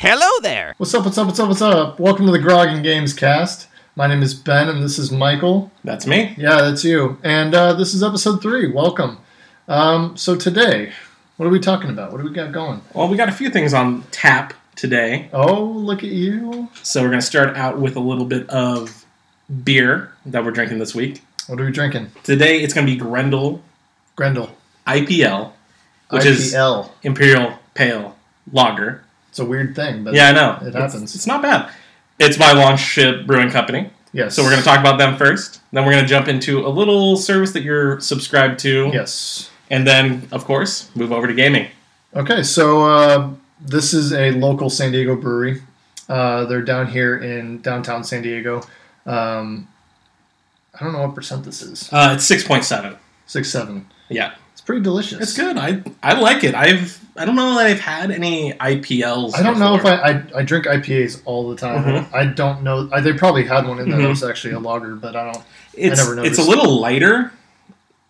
Hello there. What's up, what's up, what's up, what's up? Welcome to the Grogging Games cast. My name is Ben and this is Michael. That's me. Yeah, that's you. And uh, this is episode three. Welcome. Um, so, today, what are we talking about? What do we got going? Well, we got a few things on tap today. Oh, look at you. So we're going to start out with a little bit of beer that we're drinking this week. What are we drinking? Today it's going to be Grendel Grendel. IPL, which is IPL. Imperial Pale Lager. It's a weird thing, but yeah, I know. it It's- happens. It's, not bad. It's by Longship Brewing Company. yes. So we're going to talk about them first. Then we're going to jump into a little service that you're subscribed to. Yes. And then, of course, move over to gaming. Okay, so uh, this is a local San Diego brewery. Uh, they're down here in downtown San Diego. Um, I don't know what percent this is. Uh, it's 6.7. Six, seven. Yeah. It's pretty delicious. It's good. I I like it. I've I don't know that I've had any IPLs. I don't know if before. I, I I drink IPAs all the time. Mhm. I don't know. I, they probably had one in there that Mhm. was actually a lager, but I don't. it's never it's a noticed. little lighter,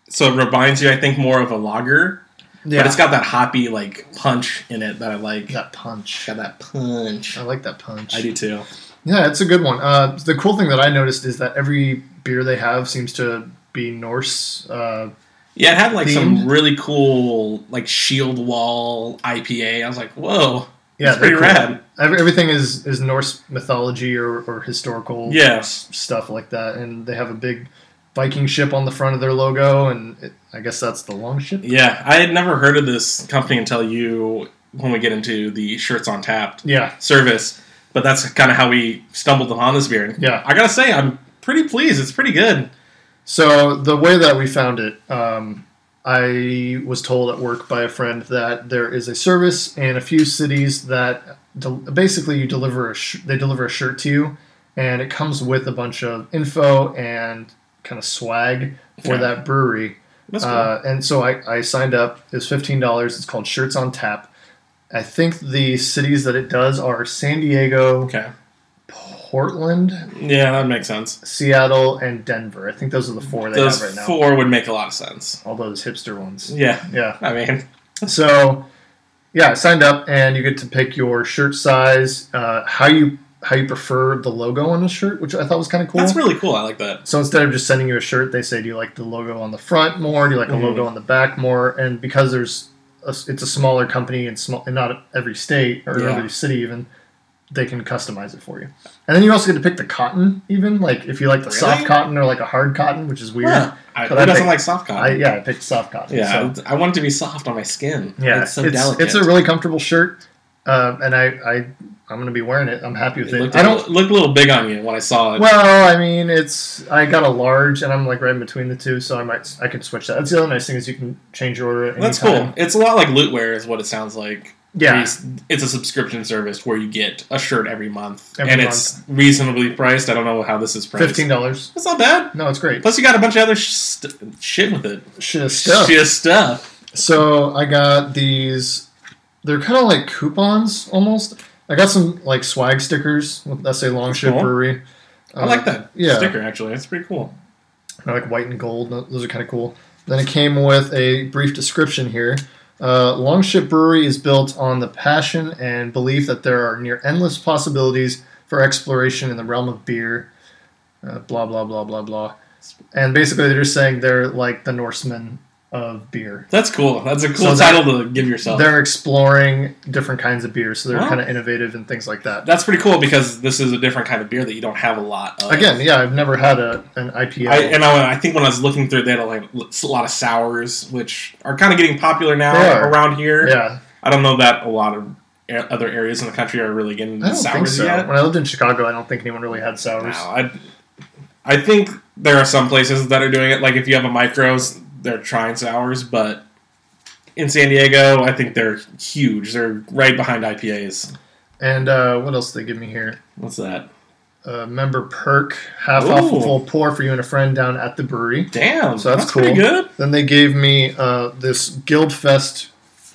so it reminds you, I think, more of a lager. Yeah, But it's got that hoppy like punch in it that I like. that punch. Got that punch. I like that punch. I do too. Yeah, it's a good one. Uh, the cool thing that I noticed is that every beer they have seems to be Norse. Uh, Yeah, it had like some Themed? really cool like shield wall IPA. I was like, whoa, yeah, that's pretty they're cool. rad. Every, everything is is Norse mythology or, or historical Yeah. s- stuff like that, and they have a big Viking ship on the front of their logo, and it, I guess that's the long ship. Yeah, I had never heard of this company until you when we get into the shirts on tapped. Yeah, service, but that's kind of how we stumbled upon this beer. Yeah. I gotta say, I'm pretty pleased. It's pretty good. So the way that we found it, um, I was told at work by a friend that there is a service in a few cities that del- basically you deliver a sh- they deliver a shirt to you, and it comes with a bunch of info and kind of swag for Okay. that brewery. That's cool. Uh, and so I, I signed up. It was fifteen dollars. It's called Shirts on Tap. I think the cities that it does are San Diego, okay. Portland, Yeah, that makes sense. Seattle, and Denver. I think those are the four they Those have right now. four would make a lot of sense. all those hipster ones. Yeah. Yeah. I mean, So, yeah, I signed up, and you get to pick your shirt size, uh, how you how you prefer the logo on the shirt, which I thought was kind of cool. that's really cool. I like that. so instead of just sending you a shirt, they say, do you like the logo on the front more? Do you like the Mhm. logo on the back more? And because there's a, it's a smaller company and small, and not every state or Yeah. every city even. They can customize it for you, and then you also get to pick the cotton. Even like if you like the soft Really? cotton or like a hard cotton, which is weird. Yeah. I, But who I doesn't think- like soft cotton? I, yeah, I picked soft cotton. so- yeah, I want it to be soft on my skin. Yeah, it's so delicate. It's a really comfortable shirt, um, and I, I I'm going to be wearing it. I'm happy with it it. looked, I don't. it looked a little big on you when I saw it. Well, I mean, it's I got a large, and I'm like right in between the two, so I might I can switch that. That's the other nice thing is you can change your order. At that's any cool. time. It's a lot like Lootware is what it sounds like. Yeah, It's- It's a subscription service where you get a shirt every month Every and it's reasonably priced. I don't know how this is priced. fifteen dollars. That's not bad. No, it's great. Plus, you got a bunch of other sh- st- shit with it. Shit, stuff. Shit stuff. So I got these. They're kind of like coupons almost. I got some like swag stickers with SA Longship Cool. Brewery. I like that Uh, yeah. sticker, actually. That's pretty cool. I like white and gold. tho- Those are kind of cool. Then it came with a brief description here. Uh, Longship Brewery is built on the passion and belief that there are near endless possibilities for exploration in the realm of beer. Uh, blah blah blah blah blah. And basically, they're just saying they're like the Norsemen of beer. That's cool. That's So a cool that- title to give yourself. They're exploring different kinds of beer, so they're Wow. kind of innovative and things like that. That's pretty cool because this is a different kind of beer that you don't have a lot of. Again, yeah, I've never had a an IPA. I, and I, I think when I was looking through, they had a, like, a lot of sours, which are kind of getting popular They now are. around here. yeah, I don't know that a lot of a- other areas in the country are really getting I don't sours think so. yet. When I lived in Chicago, I don't think anyone really had No, sours. I, I think there are some places that are doing it. Like if you have a micros, they're trying sours, but in San Diego, I think they're huge. They're right behind IPAs. And uh, what else did they give me here? What's that? Uh, member perk, half off a Ooh. full pour for you and a friend down at the brewery. Damn, So that's that's, pretty cool. good. Then they gave me uh, this Guild Fest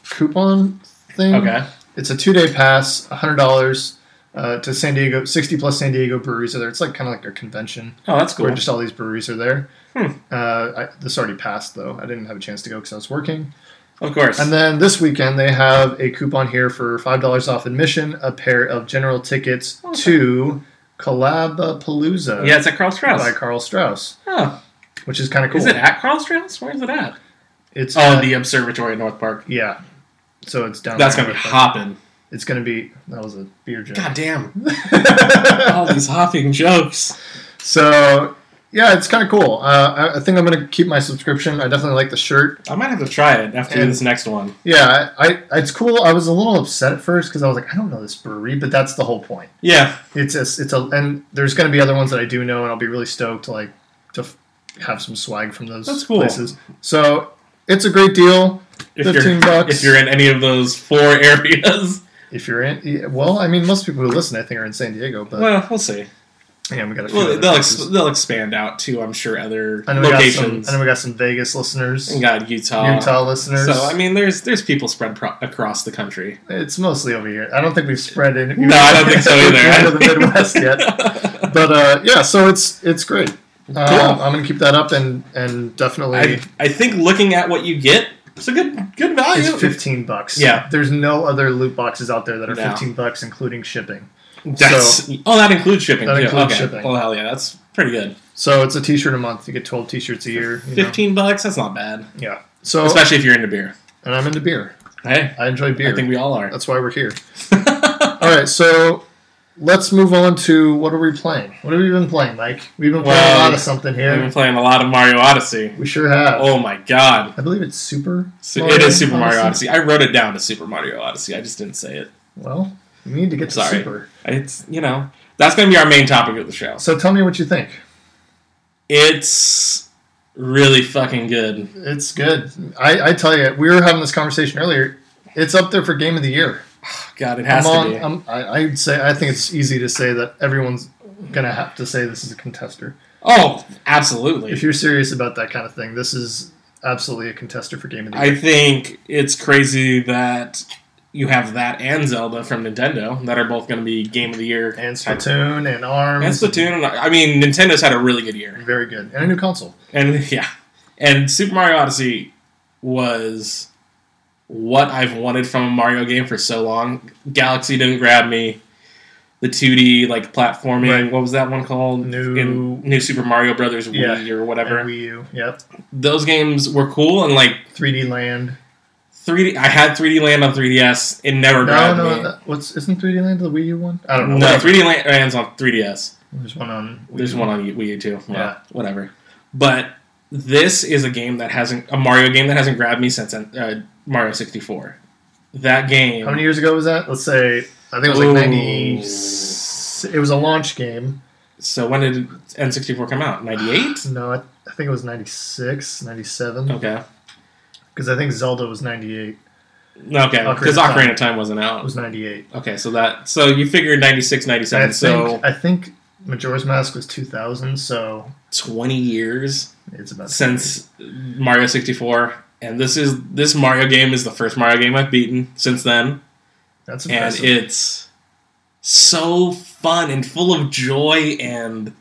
coupon thing. Okay, It's a two day pass, $100 uh, to San Diego, 60 plus San Diego breweries are there. It's like kind of like a convention oh that's cool. where just all these breweries are there. Hmm. Uh, I, this already passed though. I didn't have a chance to go because I was working. Of course. And then this weekend they have a coupon here for five dollars off admission, a pair of general tickets to Collabapalooza yeah, it's at Carl Strauss. by Carl Strauss, oh, which is kind of cool. is it at Carl Strauss? Where is it at? It's Oh, at- the Observatory at North Park. yeah. So it's down. That's there, gonna be but hopping. It's gonna be that was a beer joke. God Oh. damn! All these hopping jokes. so yeah, it's kind of cool. Uh, I, I think I'm gonna keep my subscription. I definitely like the shirt. I might have to try it after And- this next one. Yeah, I, I it's cool. I was a little upset at first because I was like, I don't know this brewery, but that's the whole point. Yeah, It's a, it's a and there's gonna be other ones that I do know, and I'll be really stoked to like to f- have some swag from those That's cool. places. So it's a great deal. if 15 you're bucks. if you're in any of those four areas, If you're in, yeah, well, I mean, most people who listen, I think, are in San Diego, but well, we'll see. yeah, we got a few. Well, other they'll places. ex- they'll expand out to I'm sure other and then we got some, and locations. then we got some Vegas listeners, And got Utah. Utah listeners. So I mean, there's there's people spread pro- across the country. it's mostly over here. I don't think we've spread in. No, I don't think so either. into the Midwest yet. but uh, yeah, so it's it's great. Uh, Cool. I'm gonna keep that up and and definitely I, I think looking at what you get, it's a good good value. it's 15 bucks. Yeah. there's no other loot boxes out there that are No. 15 bucks including shipping. That's oh, that includes shipping. That too. includes okay. shipping. Well, hell yeah, that's pretty good. So it's a T-shirt a month. You get 12 T-shirts a year. you know? Fifteen bucks, that's not bad, Yeah. So especially if you're into beer. and I'm into beer. Hey, I enjoy beer. I think we all are. That's why we're here. All right, so. Let's move on to what are we playing? What have we been playing, Mike? We've been playing Well, a lot of something I've been here. playing a lot of Mario Odyssey. We sure have. Oh my god, I believe it's Super. So it is Super Mario Odyssey. I wrote it down as Super Mario Odyssey. I just didn't say it. Well, we need to get to Sorry. Super. It's you know that's going to be our main topic of the show. So tell me what you think. It's really fucking good. It's good. I, I tell you, we were having this conversation earlier. It's up there for game of the year. God, it has I'm to on, be. I'm, I, I'd say I think it's easy to say that everyone's gonna have to say this is a contester. oh, absolutely. If you're serious about that kind of thing, this is absolutely a contester for game of the year. I think it's crazy that you have that and Zelda from Nintendo that are both going to be Game of the Year and Splatoon and Arms, And Splatoon, I mean, Nintendo's had a really good year, very good, and a new console. and yeah, and Super Mario Odyssey was what I've wanted from a Mario game for so long. Galaxy didn't grab me. The 2D like platforming, Right. what was that one called? New- In- New Super Mario Brothers Wii Yeah. or whatever. And Wii U, yep. Those games were cool and like 3D Land. 3D. I had 3D Land on 3DS. It never No, grabbed no, me. that- what's isn't 3D Land the Wii U one? I don't know. No, Whatever. 3D Land- Land's on 3DS. There's one on. Wii There's U. one on Wii U too. Well, Yeah. whatever. But this is a game that hasn't a Mario game that hasn't grabbed me since uh, Mario 64. That game. How many years ago was that? Let's say I think it was Ooh. like Oh. ninety. It was a launch game. So when did N64 come out? 98. No, I, I think it was 96, 97. Okay. Because I think Zelda was 98. Okay. Ocarina Because of Time. Ocarina of Time wasn't It out. was 98. Okay, so that so you figured 96, And 97. I, So think, I think Majora's Mask was 2000, so 20 years it's about since Mario 64. And this is this Mario game is the first Mario game I've beaten since then. 98. That's and impressive. it's so fun and full of joy and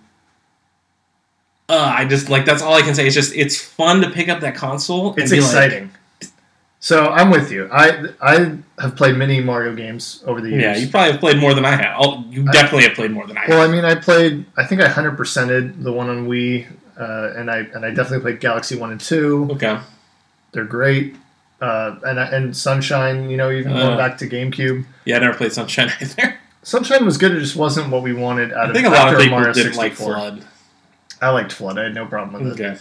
uh, I just like that's all I can say. It's just it's fun to pick up that console. and it's be like- exciting. so I'm with you. I I have played many Mario games over the years. yeah, you probably have played more than I have. Oh, you I- definitely have played more than I have. Well, I mean, I played. I think I hundred percented the one on Wii, uh, and I and I definitely played Galaxy One and Two. Okay, They're great. Uh, and and Sunshine, you know, even Uh. going back to GameCube, yeah, I never played Sunshine either. Sunshine was good. It just wasn't what we wanted out I of. think a lot after of people Mario didn't like 64. Flood. I liked Flood. I had no problem with it. Okay,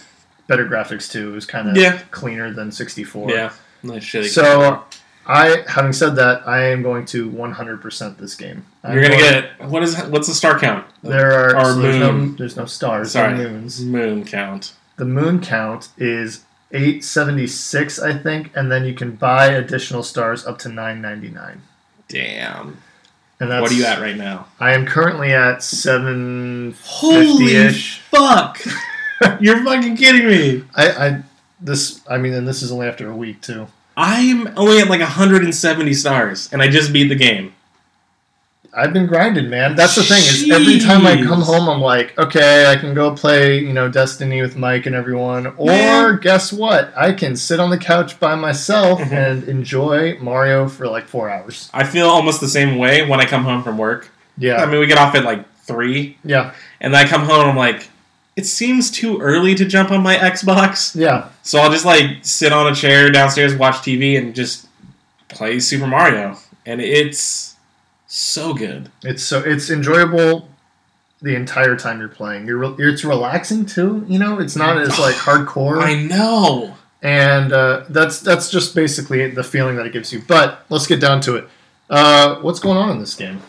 Better graphics too. It was kind of Yeah. cleaner than 64. yeah, nice shitty. So, I having said that, I am going to 100% this game. I'm you're gonna going- get what is what's the star count? uh, There are Or so there's, no, moon. there's no stars. Sorry. There are moons. moon count. The moon count is 876, I think, and then you can buy additional stars up to 999. Damn, And that's what are you at right now? I am currently at 7 Holy 50-ish. fuck! You're fucking kidding me. I, I this I mean, and this is only after a week too. I'm only at like 170 stars, and I just beat the game. I've been grinding, man. That's the thing is every time I come Jeez. home, I'm like, okay, I can go play, you know, Destiny with Mike and everyone, or Man. guess what? I can sit on the couch by myself Mhm. and enjoy Mario for like four hours. I feel almost the same way when I come home from work. I Yeah, mean, we get off at like three, yeah, and then I come home. and I'm like, it seems too early to jump on my Xbox, yeah. so I'll just like sit on a chair downstairs, watch TV, and just play Super Mario, and it's so good. It's so it's enjoyable the entire time you're playing. You're re- it's relaxing too. You know, it's not as like hardcore. I know. and uh, that's that's just basically the feeling that it gives you. But let's get down to it. Uh, what's going on in this game?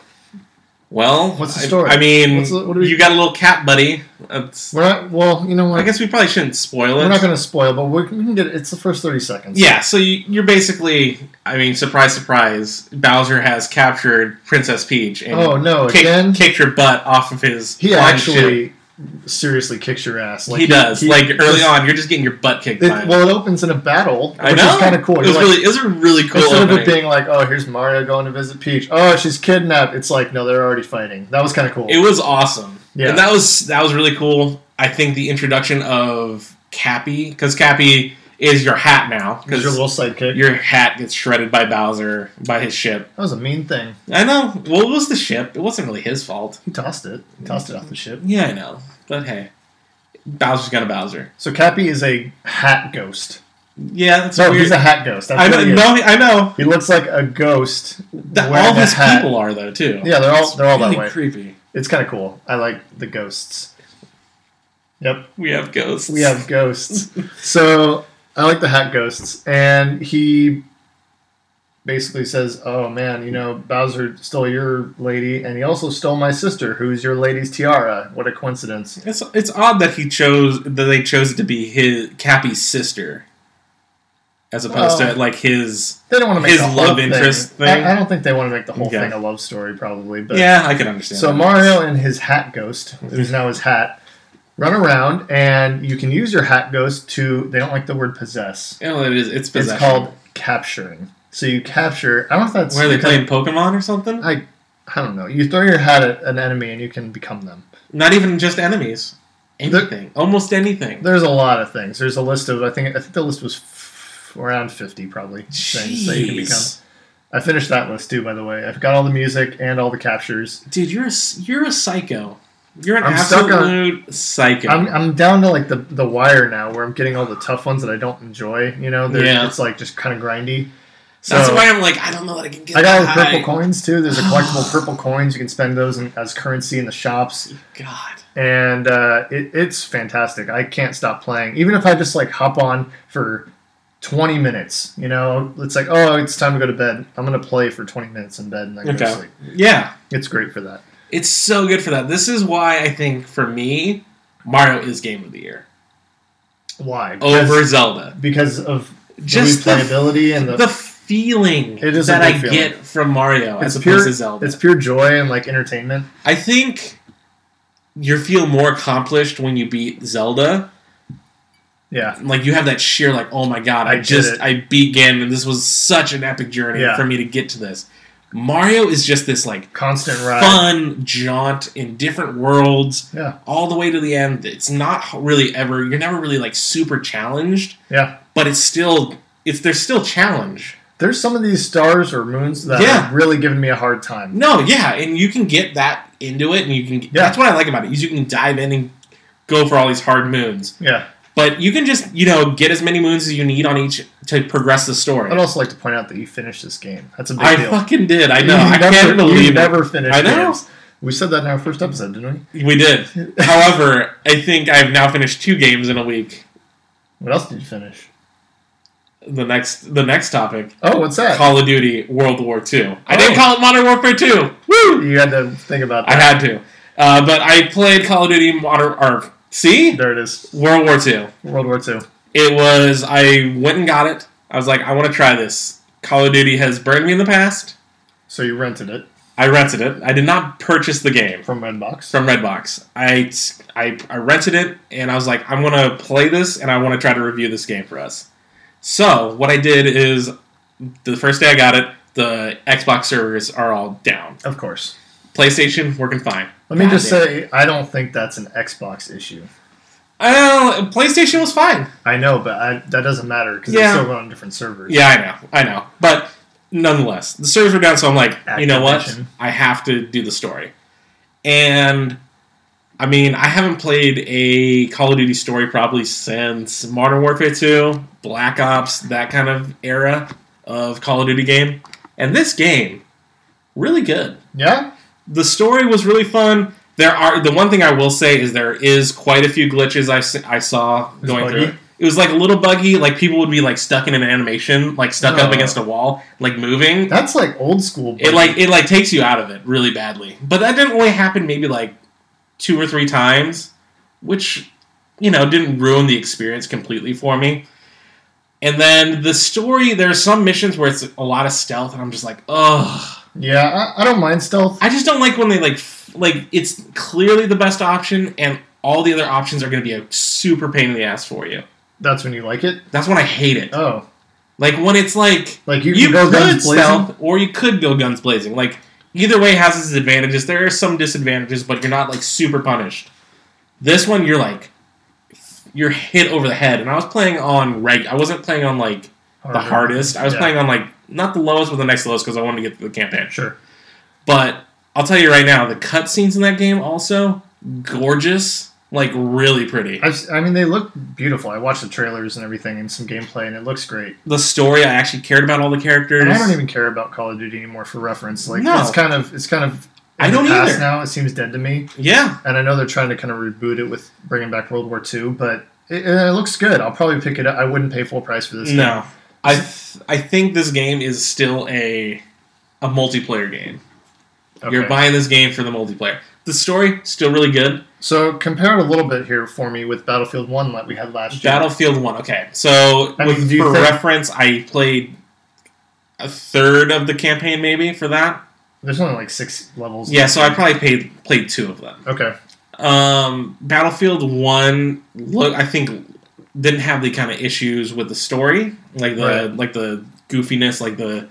Well, What's the I- story? I, mean, What's the- what do we- you got a little cat buddy. That's, We're not well, you know what? I guess we probably shouldn't spoil it. we're not going to spoil, but we can we can get it's the first thirty seconds. Yeah, so you, you're basically, I mean, surprise, surprise, Bowser has captured Princess Peach and Oh no! kicked, Again, kicked your butt off of his. he flying ship. actually seriously kicks your ass. he, does. like early just- on, you're just getting your butt kicked. It, by him. well, it opens in a battle, which I know. is kind of cool. It You're was like, really, it was a really cool. instead of it opening. being like, "Oh, here's Mario going to visit Peach," "Oh, she's kidnapped," it's like, "No, they're already fighting." That was kind of cool. It was awesome. Yeah. And that was that was really cool. I think the introduction of Cappy because Cappy is your hat now It was your because little sidekick. your hat gets shredded by Bowser by his ship. that was a mean thing. I know. Well, it was the ship. It wasn't really his fault. He tossed it. He tossed it off the ship. Yeah, I know. But hey, Bowser's gonna Bowser. So Cappy is a hat ghost. Yeah, that's No, weird. he's a hat ghost. That's I what know. he, is. No, I know. he looks like a ghost. That, wearing all a these hat. people are though too. Yeah, they're all- It's they're all that really way. Creepy. It's kind of cool. I like the ghosts. Yep, We have ghosts. we have ghosts. so I like the hat ghosts, and he basically says, "Oh man, you know Bowser stole your lady, and he also stole my sister, who's your lady's tiara. What a coincidence!" It's it's odd that he chose that they chose it to be his Cappy's sister, as opposed Well- to like his. They don't want to make His the whole love interest thing? I, I don't think they want to make the whole Okay. thing a love story, probably. But yeah, I can understand. So that. Mario and his hat ghost, who's now his hat, run around, and you can use your hat ghost to. They don't like the word possess. You know, it is. It's possession. It's called capturing. So you capture. I don't know if that's. Why are they because- playing Pokemon or something? I, I don't know. You throw your hat at an enemy, and you can become them. Not even just enemies. They're- Anything. Almost anything. There's a lot of things. There's a list of. I think. I think the list was f- around fifty, probably things that you can become. Jeez, I finished that list too, by the way. I've got all the music and all the captures. dude, you're a s- you're a psycho. You're an I'm stuck on- absolute psycho. I'm, I'm down to like the, the wire now, where I'm getting all the tough ones that I don't enjoy. You know, They're- Yeah. it's like just kind of grindy. So That's why I'm like, I don't know that I can get. uh, I got all that the purple high. coins too. There's a collectible purple coins. You can spend those in, as currency in the shops, God. and uh, it, it's fantastic. I can't stop playing, even if I just like hop on for 20 minutes. You know, it's like, oh, it's time to go to bed. I'm gonna play for 20 minutes in bed and then go to Okay. sleep. Yeah. It's great for that. It's so good for that. This is why I think for me, Mario is game of the year Why? over Zelda. because of Oh, Just the the, replayability and the, the feeling It is a that good I feeling. get from Mario It's as opposed pure- to Zelda. it's pure joy and like entertainment. I think you feel more accomplished when you beat Zelda. Yeah, Like you have that sheer, like, oh my god, I I, did just it. I beat Ganon, and this was such an epic journey Yeah. for me to get to this. Mario is just this like constant ride. fun jaunt in different worlds. Yeah. All the way to the end. It's not really ever you're never really like super challenged, Yeah, but it's still it's there's still challenge. there's some of these stars or moons that Yeah. are really giving me a hard time. No, yeah, and you can get that into it and you can Yeah. that's what I like about it. Is you can dive in and go for all these hard moons. Yeah, But you can just, you know, get as many moons as you need on each to progress the story. I'd also like to point out that you finished this game. That's a big I deal. fucking did. I know. You I never- can't you believe it. never finished. I know. games. We said that in our first episode, didn't we? We did. However, I think I've now finished two games in a week. What else did you finish? The next the next topic. Oh, what's that? Call of Duty World War II. I Oh. didn't call it Modern Warfare 2. Woo! You had to think about I that. had to. Uh, but I played Call of Duty Modern or see There it is. World War II. World War II. It was I went and got it. I was like, I want to try this. Call of Duty has burned me in the past. So you rented it I rented it. I did not purchase the game from Redbox. from Redbox. I, I, I rented it and I was like, I'm going to play this and I want to try to review this game for us. So, what I did is the first day I got it, the Xbox servers are all down. Of course. PlayStation working fine. Let me God just damn. say, I don't think that's an Xbox issue. I know PlayStation was fine. I know, but I, that doesn't matter because Yeah. they're still on different servers. Yeah, I know, I know, but nonetheless, the servers were down, so I'm like, you know what, Activision. I have to do the story, and I mean, I haven't played a Call of Duty story probably since Modern Warfare 2, Black Ops, that kind of era of Call of Duty game, and this game, really good. Yeah? the story was really fun. There are the one thing I will say is there is quite a few glitches I, s- I saw was going buggy? through. it. It was like a little buggy. Like people would be like stuck in an animation, like stuck up Oh. against a wall, like moving. That's like old school. It like it like takes you out of it really badly. But that didn't only happen maybe like two or three times, which you know didn't ruin the experience completely for me. And then the story, there's some missions where it's a lot of stealth, and I'm just like, ugh. yeah, I, I don't mind stealth. I just don't like when they like f- like it's clearly the best option, and all the other options are going to be a super pain in the ass for you. That's when you like it. That's when I hate it. Oh, Like when it's like like you, you, can go could guns blazing. stealth, or you could go guns blazing. Like either way has its advantages. There are some disadvantages, but you're not like super punished. This one, you're like you're hit over the head, and I was playing on reg. I wasn't playing on like the Harder. hardest. I was Yeah. playing on like not the lowest, but the next lowest because I wanted to get through the campaign. Sure. But I'll tell you right now, the cutscenes in that game also gorgeous, like really pretty. I've, si mean, they look beautiful. I watched the trailers and everything and some gameplay, and it looks great. The story, I actually cared about all the characters. And I don't even care about Call of Duty anymore for reference. Like No. it's kind of it's kind of I in the don't past either. now. It seems dead to me. Yeah, And I know they're trying to kind of reboot it with bringing back World War II, but it, it looks good. I'll probably pick it up. I wouldn't pay full price for this. game. no, I th- I think this game is still a a multiplayer game. Okay. You're buying this game for the multiplayer. The story still really good. So compare it a little bit here for me with Battlefield One that we had last year. Battlefield One. Okay, so I mean, with, do you for think- reference, I played a third of the campaign, maybe for that. There's only like six levels. Yeah, so I probably paid played two of them. okay. Um, Battlefield One, look, I think didn't have the kind of issues with the story, like the Right. like the goofiness, like the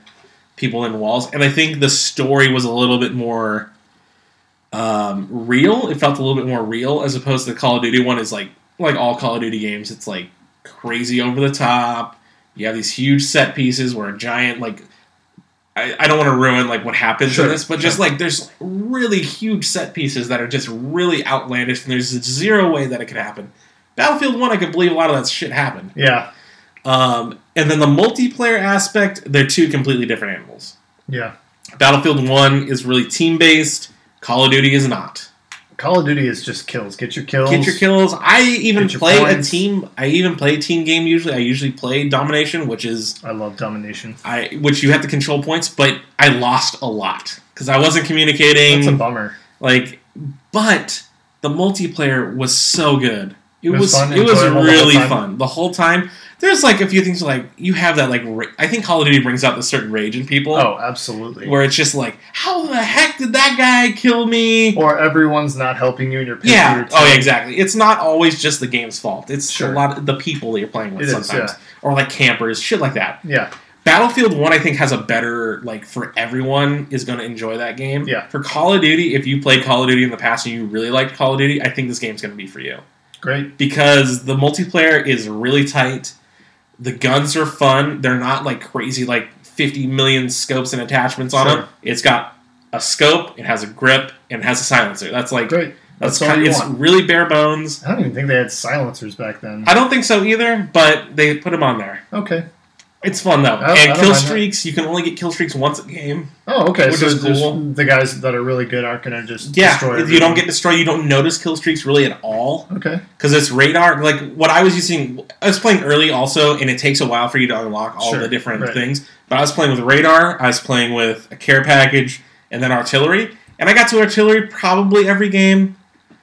people in walls, and I think the story was a little bit more um, real. It felt a little bit more real as opposed to the Call of Duty one. Is like like all Call of Duty games, it's like crazy over the top. You have these huge set pieces where a giant like. I, I don't want to ruin like what happens Sure, in this, but just like there's really huge set pieces that are just really outlandish, and there's zero way that it could happen. Battlefield One, I could believe a lot of that shit happened. Yeah. Um, and then the multiplayer aspect, they're two completely different animals. Yeah. Battlefield One is really team based. Call of Duty is not. Call of Duty is just kills. Get your kills. Get your kills. I even Get your play a points. team. I even play a team game. Usually, I usually play domination, which is I love domination. I which you have to control points. But I lost a lot because I wasn't communicating. That's a bummer. Like, but the multiplayer was so good. It, was was, fun, it was enjoyable the whole really time. fun the whole time. There's like a few things like you have that like ra- I think Call of Duty brings out this certain rage in people Oh, absolutely. where it's just like how the heck did that guy kill me? or everyone's not helping you and you're picking your yeah. team. Oh, yeah, exactly. It's not always just the game's fault. It's a Sure. lot of the people that you're playing with It is, sometimes, or like campers, shit like that. Yeah. Battlefield One, I think, has a better like for everyone is going to enjoy that game. Yeah. For Call of Duty, if you played Call of Duty in the past and you really liked Call of Duty, I think this game's going to be for you Great. because the multiplayer is really tight. The guns are fun. They're not like crazy like fifty million scopes and attachments on Sure. them. It's got a scope. It has a grip. And it has a silencer. That's like Great. that's, That's, all kind- you it's want. really bare bones. I don't even think they had silencers back then. I don't think so either, but they put them on there. Okay. It's fun though, I- I and don't kill mind that. streaks. You can only get kill streaks once a game. Oh, okay. Which so is there's- cool. the guys that are really good aren't going to just Yeah, destroy if you don't everyone. get destroyed, you don't notice kill streaks really at all Okay. because it's radar. Like what I was using, I was playing early also, and it takes a while for you to unlock all Sure, the different right. things. But I was playing with radar, I was playing with a care package, and then artillery, and I got to artillery probably every game,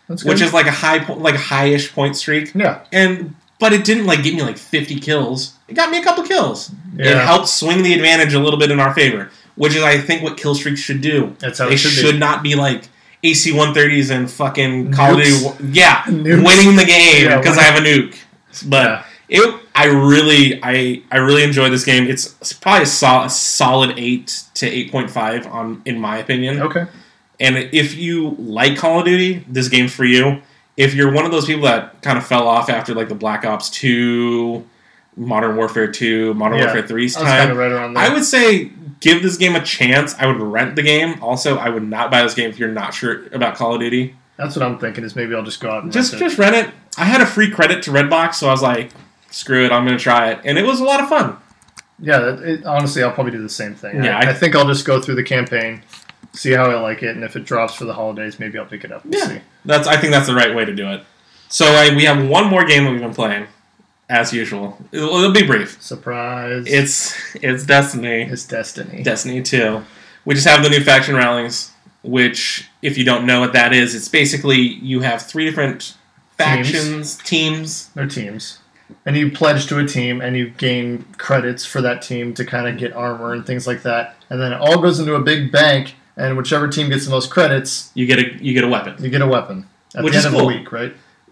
That's good. which is like a high, po- like a high-ish point streak, Yeah. and but it didn't like get me like fifty kills. It got me a couple kills. It Yeah. helped swing the advantage a little bit in our favor, which is I think what kill streaks should do That's how they it should, should, not be like AC 130s and fucking Nukes. Call of Duty. Yeah, Nukes. winning the game Yeah, because I have a nuke. But it, I really, I, I really enjoy this game. It's, it's probably a, sol- a solid eight to eight point five on, in my opinion. be. Okay. And if you like Call of Duty, this game's for you. If you're one of those people that kind of fell off after like the Black Ops 2, Modern Warfare 2, Modern Yeah. Warfare 3's I was kind time, of right around there. I would say give this game a chance. I would rent the game. Also, I would not buy this game if you're not sure about Call of Duty. That's what I'm thinking is maybe I'll just go out and Just rent it. just rent it. I had a free credit to Redbox, so I was like, screw it, I'm gonna try it, and it was a lot of fun. Yeah, that, it, honestly, I'll probably do the same thing. Yeah, I, I- I think I'll just go through the campaign, see how I like it, and if it drops for the holidays, maybe I'll pick it up. We'll Yeah. see. That's I think that's the right way to do it. So I, we have one more game that we've been playing, as usual. It'll, it'll be brief. Surprise! It's it's Destiny, it's Destiny. Destiny Two. We just have the new faction rallies, which if you don't know what that is, it's basically you have three different factions, teams They're teams, and you pledge to a team, and you gain credits for that team to kind of get armor and things like that, and then it all goes into a big bank, and whichever team gets the most credits, you get a you get a weapon. you get a weapon at Which the is end of cool. the week, right?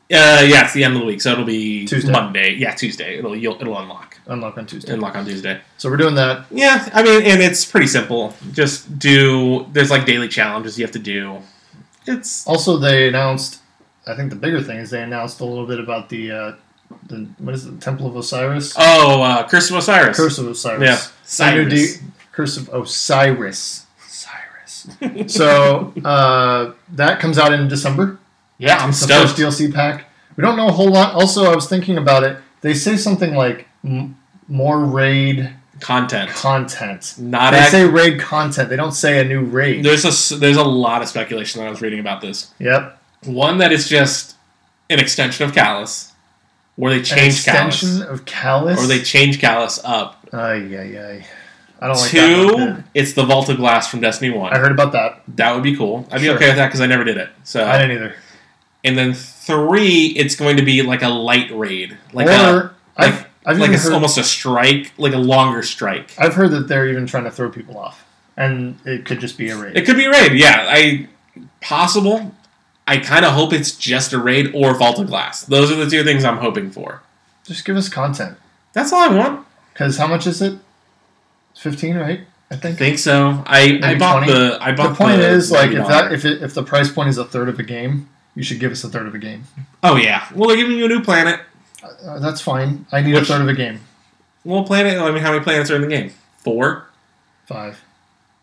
Uh, yeah, it's the end of the week, so it'll be Tuesday. Monday. Yeah, Tuesday. It'll you'll, it'll unlock Unlock on Tuesday. unlock on Tuesday. So we're doing that. Yeah, I mean, and it's pretty simple. Just do there's like daily challenges you have to do. It's Also, they announced. I think the bigger thing is they announced a little bit about the. Uh, the, what is it? Temple of Osiris. oh, uh, Curse of Osiris. Curse of Osiris. Yeah, Their new Cyrus. D- Curse of Osiris. Cyrus. so uh, that comes out in December. Yeah, I'm It's the first stoked. DLC pack. We don't know a whole lot. Also, I was thinking about it. They say something like m- more raid Content, content. not they act- say raid content. They don't say a new raid. there's a s- there's a lot of speculation that I was reading about this. yep. One that is just an extension of Callus, where they An change extension Callus, of Callus. or they change Callus up. Ay, ay, ay. I don't like that. one Two, bit. it's the Vault of Glass from Destiny One. I heard about that. That would be cool. I'd be Sure. okay with that because I never did it. So, I didn't either. and then three, it's going to be like a light raid, like a or I've, like- I've like even it's heard, almost a strike, like a longer strike. I've heard that they're even trying to throw people off, and it could just be a raid. It could be a raid, yeah. I possible. I kind of hope it's just a raid or Vault of Glass. Those are the two things I'm hoping for. just give us content, That's all I want. because how much is it? Fifteen, right? I I think. think so. I, I Maybe bought 20? the I bought the point is, like, if that $90. if, it, if the price point is a third of a game, you should give us a third of a game. oh yeah, well they're giving you a new planet. Uh, that's fine. I need a Which- third of a game. Well, planet. I mean, how many planets are in the game? Four. Five,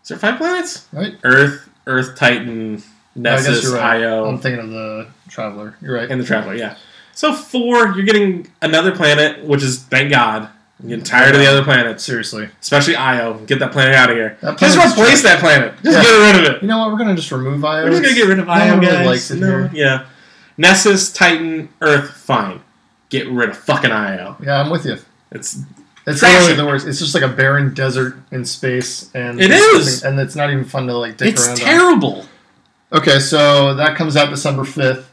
Is there five planets? right? Earth, Earth Titan, I guess Nessus, you're right. Um, I'm Io, thinking of the Traveler. You're right. and the Traveler. Yeah. So four, you're getting another planet, which is thank God. I'm getting tired of the other planets, Seriously, especially Io. Get that planet out of here. That Just planet's replace trash. that planet. Just Yeah. get rid of it. you know what? We're gonna just remove IO. We're just gonna get rid of No Io, one really guys. likes it No, here. Yeah. Nessus, Titan, Earth, fine. Get rid of fucking Io. yeah, I'm with you. It's It's Trash literally it. the worst. It's just like a barren desert in space, and It it's- is! and it's not even fun to like dick it's around. terrible. on. Okay, so that comes out December fifth,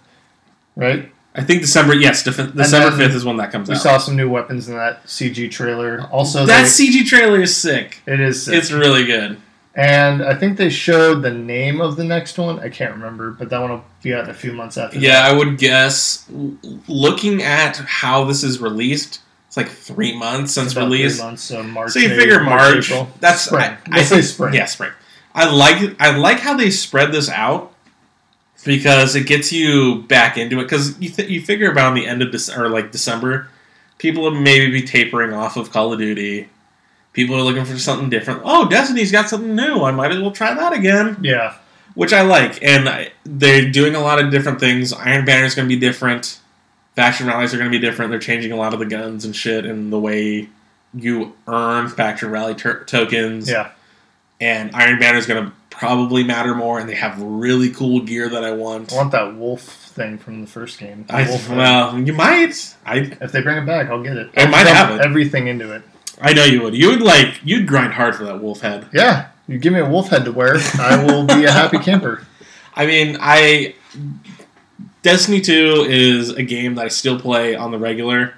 right? I think December. Yes, def- December then fifth is when that comes We out. saw some new weapons in that CG trailer. Also, that CG trailer is sick. they, it is, sick. It's really good. and I think they showed the name of the next one. I can't remember, but that one will be out in a few months after. Yeah, I would guess. l- Looking at how this is released, it's like three months that. It's since about release. three months, so March. So you May, figure March. April. that's Spring. I, I We'll say think- spring. Yeah, spring. I like I like how they spread this out because it gets you back into it. Because you th- you figure about the end of Dec- or like December, people will maybe be tapering off of Call of Duty. People are looking for something different. Oh, Destiny's got something new. I might as well try that again Yeah, which I like. And I, they're doing a lot of different things. Iron Banner is going to be different. Faction rallies are going to be different. They're changing a lot of the guns and shit and the way you earn faction rally ter- tokens. yeah. And Iron Banner is going to probably matter more. And they have really cool gear that I want. I want that wolf thing from the first game. The I, wolf thing. well, you might. I if they bring it back, I'll get it. I I'll might dump have it. everything into it. I know you would. You would like you'd grind hard for that wolf head. Yeah, you give me a wolf head to wear, I will be a happy camper. I mean, I Destiny 2 is a game that I still play on the regular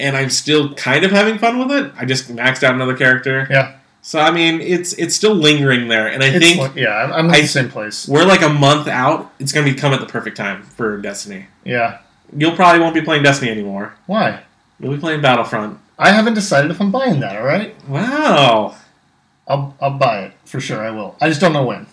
and I'm still kind of having fun with it. I just maxed out another character. Yeah. So I mean, it's it's still lingering there and I It's think like- yeah, I'm, I'm in I- the same place. we're like a month out. It's going to be come at the perfect time for Destiny. Yeah, You'll probably won't be playing Destiny anymore. why? You'll be playing Battlefront. I haven't decided if I'm buying that. All right, Wow. I'll I'll buy it for sure. I will. I just don't know when.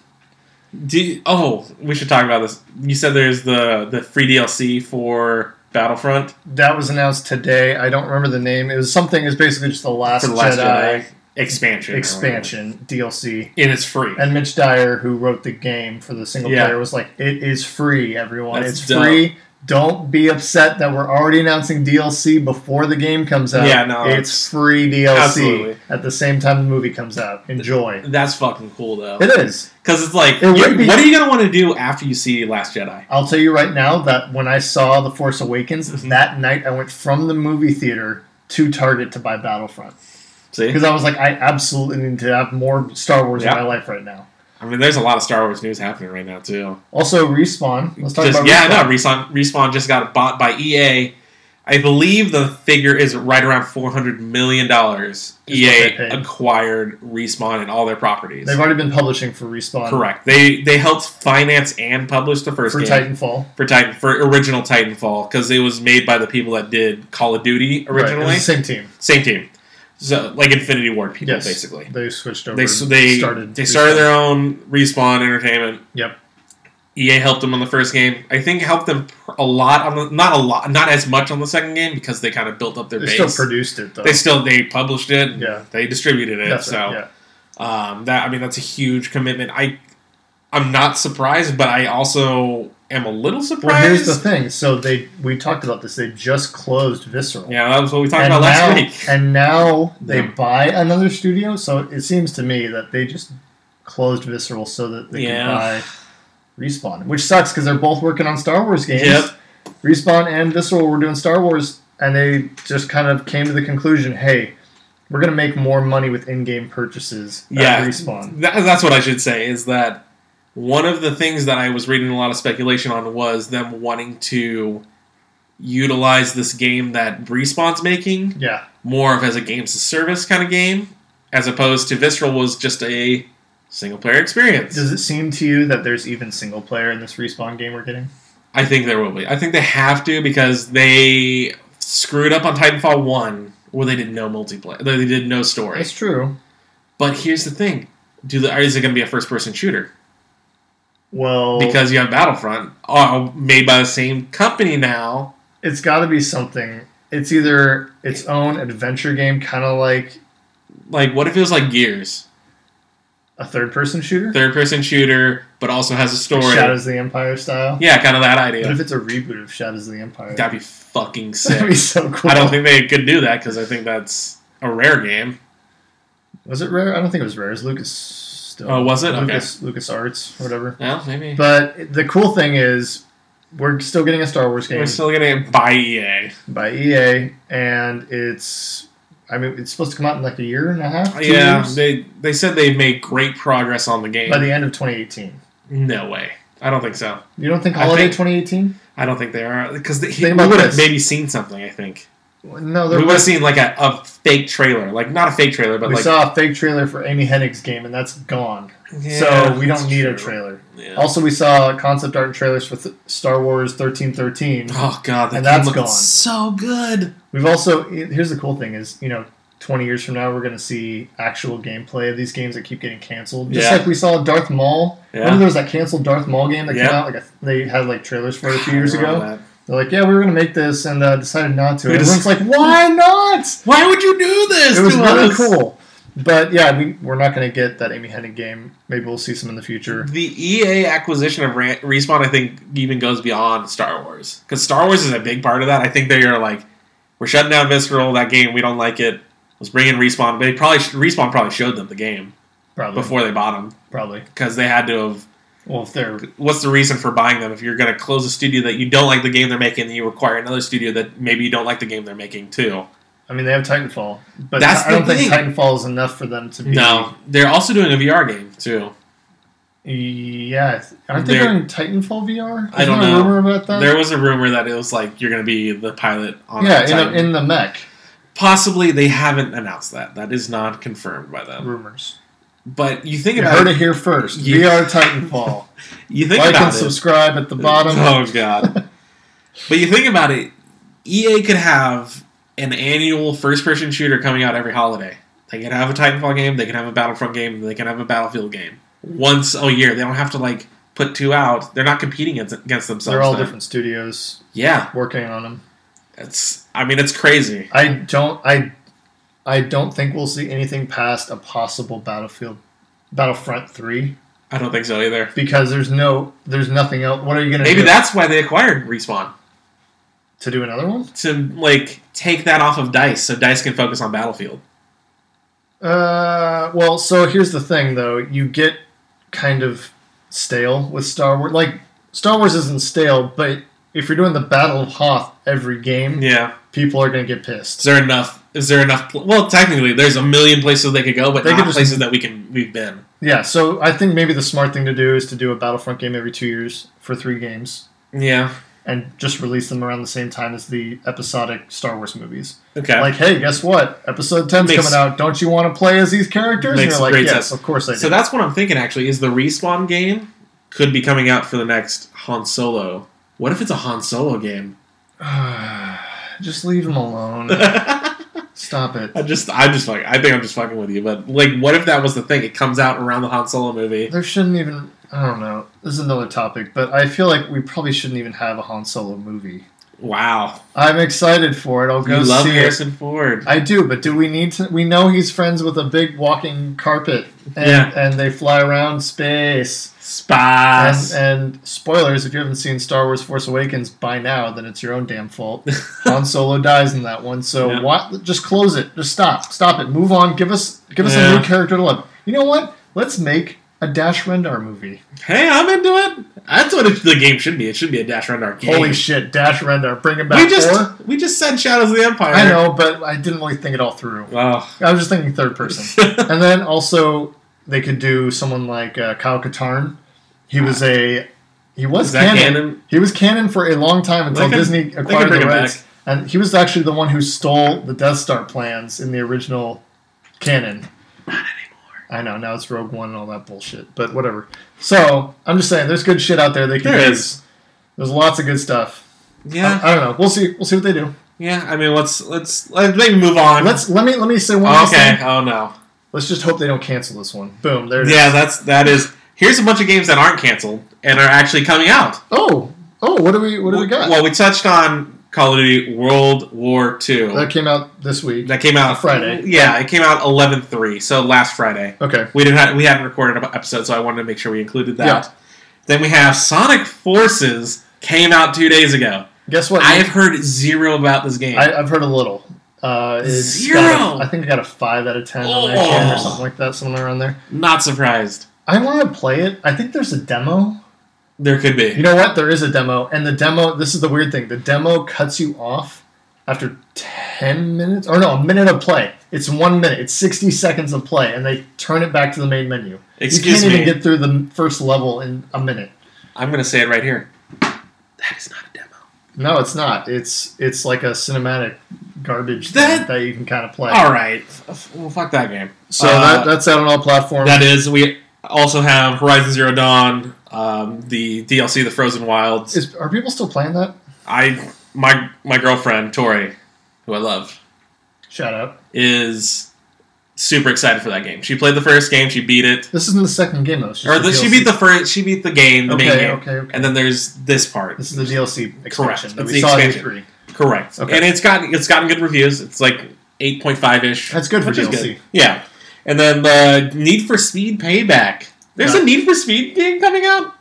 Do you- oh, we should talk about this. You said there's the the free DLC for Battlefront That was announced today. I don't remember the name. It was something. It's basically just the Last, for the Last Jedi, Jedi, expansion. or expansion DLC. whatever. and it's free. And Mitch Dyer, who wrote the game for the single Yeah. player, was like, "It is free, everyone. That's it's dope. free. Don't be upset that we're already announcing DLC before the game comes out. Yeah, no, it's it's- free DLC absolutely. at the same time the movie comes out. Enjoy. That's fucking cool though, It is. because it's like, It would you- be- what are you gonna want to do after you see Last Jedi? I'll tell you right now that when I saw The Force Awakens Mhm. that night, I went from the movie theater to Target to buy Battlefront See, because I was like, I absolutely need to have more Star Wars Yeah. in my life right now. I mean, there's a lot of Star Wars news happening right now too. Also, respawn. Let's talk Just- about Respawn. yeah, no, Respawn, Respawn just got bought by EA. I believe the figure is right around four hundred million dollars. Is what they EA paid. acquired Respawn and all their properties. They've already been publishing for respawn. Correct. They they helped finance and publish the first for game Titanfall. for Titan for original Titanfall because it was made by the people that did Call of Duty Right, originally. it's the same team. same team, so like Infinity Ward people Yes, basically. They switched over. They and so they started. they started their own Respawn Entertainment. Yep. EA helped them on the first game. I think helped them pr- a lot on the not a lot, not as much on the second game because they kind of built up their They base. still produced it though. they still they published it. and Yeah. They distributed it. That's it, so yeah. um, that I mean, that's a huge commitment. I I'm not surprised, but I also am a little Well, surprised. here's the thing. So they we talked about this. They just closed Visceral. yeah, that was what we talked And about now, last week. and now they Yeah. buy another studio, so it seems to me that they just closed Visceral so that they can Yeah. buy Respawn, which sucks because they're both working on Star Wars games. Yep. Respawn and Visceral were doing Star Wars, and they just kind of came to the conclusion, hey, we're gonna make more money with in-game purchases. at Yeah. Respawn. That, that's what I should say is that one of the things that I was reading a lot of speculation on was them wanting to utilize this game that Respawn's making Yeah, more of as a games of service kind of game, as opposed to Visceral was just a single player experience. does it seem to you that there's even single player in this Respawn game we're getting? I think there will be. I think they have to because they screwed up on Titanfall one where they did no multiplayer. They did no story. That's true. But here's the thing: Do the is it going to be a first person shooter? Well, because you have Battlefront, all made by the same company now. it's got to be something. It's either its own adventure game, kind of like Like, what if it was like Gears, a third-person shooter, third-person shooter, but also has a story? Shadows of the Empire style. Yeah, kind of that What idea. if it's a reboot of Shadows of the Empire? That'd be fucking That'd be sick. so cool. I don't think they could do that because I think that's a rare game. was it rare. I don't think it was rare. It was Lucas. Still. Oh, was it? Okay. Lucas Lucas Arts, whatever. Well, maybe But the cool thing is, we're still getting a Star Wars game we're still getting it by E EA. by EA, and it's. I mean, it's supposed to come out in like a year and a half. two Yeah, years? they they said they made great progress on the game. by the end of 2018. no way, I don't think so. You don't think I holiday think- 2018? I don't think they are because Think we about would have this. maybe seen something. I think No, we there would have seen like a, a fake trailer, like not a fake trailer, but we like saw a fake trailer for Amy Hennig's game, and that's gone. Yeah, so we that's don't need a Oh, true. trailer. Yeah. Also, we saw concept art and trailers for th- Star Wars thirteen thirteen. oh god, that And game that's looked gone. so good. We've also here's the cool thing is you know twenty years from now we're going to see actual gameplay of these games that keep getting canceled. Just Yeah. like we saw Darth Maul. Remember Yeah. there was that canceled Darth Maul game that Yeah. came out like a, they had like trailers for it a few I years remember ago. that. They're like, yeah, we were going to make this and uh, decided not to. We And Everyone's just- like, why not? Why would you do this? It was to really us? cool. But yeah, we, we're not going to get that Amy Hennig game. Maybe we'll see some in the future. The EA acquisition of Ra- Respawn, I think, even goes beyond Star Wars because Star Wars is a big part of that. I think they are like, we're shutting down Visceral. That game, we don't like it. Let's bring in Respawn. They probably Respawn probably showed them the game Probably. before they bought them Probably. because they had to have. Well, if they're What's the reason for buying them if you're going to close a studio that you don't like the game they're making, and you require another studio that maybe you don't like the game they're making too? I mean, they have Titanfall, but That's I don't the think thing. Titanfall is enough for them to be. No, they're also doing a VR game too. Yeah, aren't they They're- doing Titanfall VR? I Isn't don't there a know. rumor about that. There was a rumor that it was like you're going to be the pilot on yeah, a in Titan. the, in the mech possibly they haven't announced that. That is not confirmed by them. rumors. But you think You about heard it, it here first. Yeah. VR Titanfall. you think like and about it. subscribe at the bottom. Oh god. but you think about it, EA could have an annual first-person shooter coming out every holiday. They could have a Titanfall game, they could have a Battlefront game, they can have a Battlefield game. once a year. They don't have to like put two out. They're not competing against, against themselves. They're all then. different studios Yeah, working on them. it's. I mean, it's crazy. I don't. I. I don't think we'll see anything past a possible Battlefield, Battlefront three, I don't think so either. because there's no, there's nothing else. What are you gonna Maybe do that's why they acquired Respawn to do another one? to like take that off of Dice, so Dice can focus on Battlefield. Uh, well, so here's the thing, though. You get kind of stale with Star Wars. Like, Star Wars isn't stale, but if you're doing the Battle of Hoth every game, Yeah. people are going to get pissed. Is there enough? Is there enough? pl- Well, technically, there's a million places they could go, but They not could just- places that we can we've been. Yeah, so I think maybe the smart thing to do is to do a Battlefront game every two years for three games Yeah. and just release them around the same time as the episodic Star Wars movies. Okay. Like, hey, guess what? Episode 10's Makes- coming out. Don't you want to play as these characters? And Makes you're like, great yes, sense. of course I do. so that's what I'm thinking. Actually, is the respawn game could be coming out for the next Han Solo. What if it's a Han Solo game? just leave them alone. I Stop it. just, I just like, I think I'm just fucking with you. But like, what if that was the thing? It comes out around the Han Solo movie. There shouldn't even. I don't know. This is another topic, but I feel like we probably shouldn't even have a Han Solo movie. Wow, I'm excited for it. I'll go you love see it. Harrison Ford. I do, but do we need to? We know he's friends with a big walking carpet, and, Yeah. and they fly around space. Spies. And, and spoilers, if you haven't seen Star Wars: Force Awakens by now, then it's your own damn fault. Han Solo dies in that one, so Yeah. why- Just close it. Just stop. Stop it. Move on. Give us give us Yeah. a new character to love. You know what? Let's make a Dash Rendar movie. hey, I'm into it. That's what it, the game should be. It should be a Dash Rendar game. Holy shit, Dash Rendar, bring him back. we just, Or- we just said Shadows of the Empire. I know, but I didn't really think it all through. Oh. I was just thinking third person. and then also, they could do someone like uh, Kyle Katarn. He was a he was Is that canon. canon? He was canon for a long time until They could- Disney they could acquired bring the him rights. back. And he was actually the one who stole the Death Star plans in the original canon. Not anymore. I know now it's Rogue One and all that bullshit, but whatever. So I'm just saying, there's good shit out there. They can There do. is. There's lots of good stuff. Yeah, I, I don't know. We'll see. We'll see what they do. yeah. I mean, let's let's let's maybe move on. Let's let me let me say one. Oh, last okay. thing. Oh no. Let's just hope they don't cancel this one. Boom. There it is. Yeah, that's that is. Here's a bunch of games that aren't canceled and are actually coming out. Oh. Oh. What do we What do we got? Well, we touched on Call of Duty World War II. that came out this week. that came out Friday. Yeah, it came out 11-3, so last Friday. Okay. We didn't have, we hadn't recorded an episode, so I wanted to make sure we included that. Yeah. Then we have Sonic Forces came out two days ago. Guess what? I have heard zero about this game. I, I've heard a little. Uh, it's Zero. got a- I think I got a five out of ten on that game or Oh. something like that, somewhere around there. Not surprised. I want to play it. I think there's a demo. There could be. You know what? There is a demo, and the demo. This is the weird thing. The demo cuts you off after ten minutes, or no, a minute of play. It's one minute. It's sixty seconds of play, and they turn it back to the main menu. you Excuse can't me. even get through the first level in a minute. I'm going to say it right here. That is not a demo. No, it's not. It's it's like a cinematic garbage thing That- that you can kind of play. All right. F- Well, fuck that game. So Uh, that, that's out on all platforms. That is, we also have Horizon Zero Dawn, um, the DLC, The Frozen Wilds. Is, are people still playing that? I my my girlfriend Tori, who I love, Shout out. is super excited for that game. She played the first game, she beat it, This isn't the second game though. It's just or the, she DLC. beat the first, she beat the game, the main Okay, game, okay, okay. and then there's this part. This is the DLC expansion that It's we the saw E at E3. expansion. Correct. Okay. And it's gotten it's gotten good reviews. It's like eight point five ish. That's good for which is DLC. Yeah. And then the Need for Speed Payback. There's Yeah. a Need for Speed game coming out.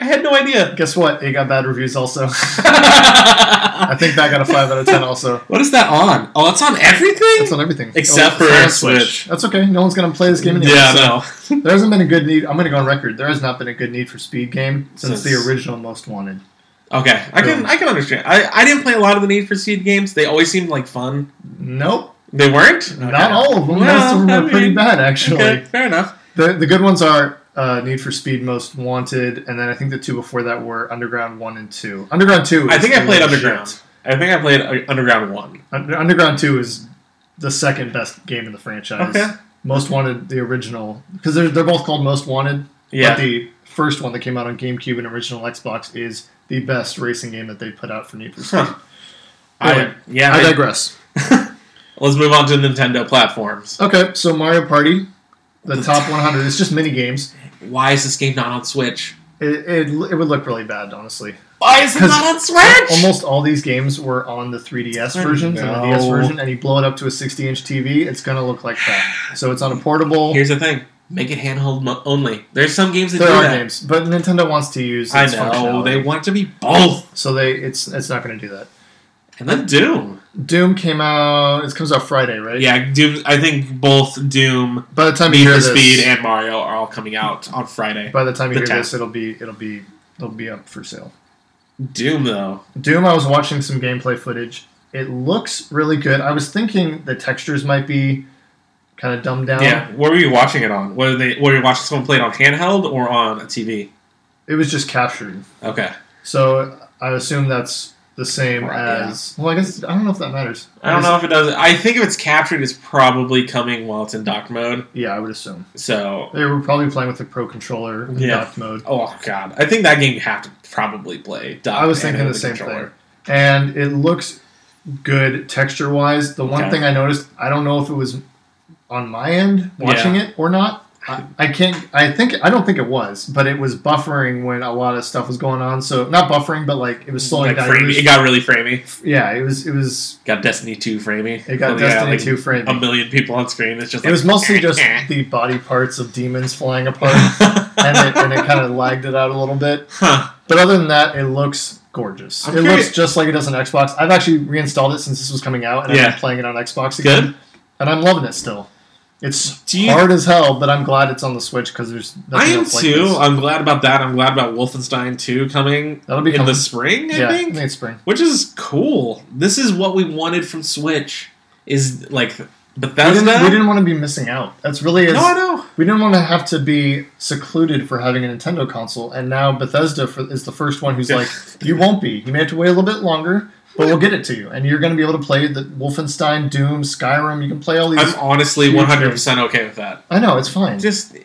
I had no idea. Guess what? It got bad reviews also. I think that got a five out of ten also. what is that on? Oh, it's on everything. That's on everything Except Oh, it's for on Switch. That's okay. No one's gonna play this game anyway. yeah, so no. There hasn't been a good need. I'm gonna go on record. There has not been a good Need for Speed game since Since- the original Most Wanted. Okay, I can I can understand. I, I didn't play a lot of the Need for Speed games. They always seemed like fun. Nope, They weren't. not all of them. Most of them Well, are I pretty mean, bad actually. Okay, fair enough. The the good ones are uh, Need for Speed Most Wanted, and then I think the two before that were Underground One and Two. Underground Two. Is I think I played really Underground. Oh, shit. I think I played uh, Underground One. Under- Underground Two is the second best game in the franchise. Okay. Most Wanted, the original, because they're they're both called Most Wanted. Yeah. But the first one that came out on GameCube and original Xbox is the best racing game that they put out for Need for Speed. Huh. I, Anyway, yeah. I I- digress. let's move on to Nintendo platforms. Okay, so Mario Party, the top 100. It's just mini games. why is this game not on Switch? It, it, it would look really bad, honestly. Why is it 'Cause not on Switch? Almost all these games were on the 3DS I versions and the DS know. version, and you blow it up to a 60 inch TV, it's going to look like that. So it's on a portable. Here's the thing: make it handheld mo- only. There's some games that There do are that. games, but Nintendo wants to use. I its know functionality. they want to be both, so they it's it's not going to do that. and then Doom. Doom came out. It comes out Friday, right? Yeah, Doom. I think both Doom, By the time you Need hear for this, Speed, and Mario are all coming out on Friday. by the time you the hear tenth. this, it'll be it'll be it'll be up for sale. Doom though, Doom. I was watching some gameplay footage. It looks really good. I was thinking the textures might be kind of dumbed down. yeah. What were you watching it on? Were they were you watching someone play it on handheld or on a TV? It was just captured, Okay, so I assume that's the same Right, as. Well, I guess I don't know if that matters. I don't know if it does. I think if it's captured, it's probably coming while it's in dock mode. Yeah, I would assume So, they were probably playing with the pro controller in Yeah. dock mode. oh god, I think that game you have to probably play. Dock I was and thinking the with same controller. thing. And it looks good texture wise. The one Okay. thing I noticed, I don't know if it was on my end watching it or not. I, I can't. I think I don't think it was, but it was buffering when a lot of stuff was going on. So not buffering, but like it was slowing Like down. framey- it got really framey. yeah, it was. It was. Got Destiny 2 framey. Oh, It got Yeah, Destiny like Two frame. A million people on screen. It's just it like, was mostly just and the body parts of demons flying apart, and it, and it it, kind of lagged it out a little bit. huh. But other than that, it looks gorgeous. I'm it curious- looks just like it does on Xbox. I've actually reinstalled it since this was coming out, and I've Yeah. been playing it on Xbox again, Good. and I'm loving it still. It's Do you- hard as hell, but I'm glad it's on the Switch because there's I nothing am else like too. this. I'm glad about that. I'm glad about Wolfenstein 2 coming That'll be in coming. the spring, I yeah, I think. think it's spring. Which is cool. This is what we wanted from Switch. Is like We Bethesda. didn't, we didn't want to be missing out. That's really as, no, I know. we didn't want to have to be secluded for having a Nintendo console, and now Bethesda for, is the first one who's Yeah. like, you won't be. You may have to wait a little bit longer, but we'll get it to you, and you're going to be able to play the Wolfenstein, Doom, Skyrim. You can play all these. I'm honestly huge 100% okay with that. I know it's fine. Just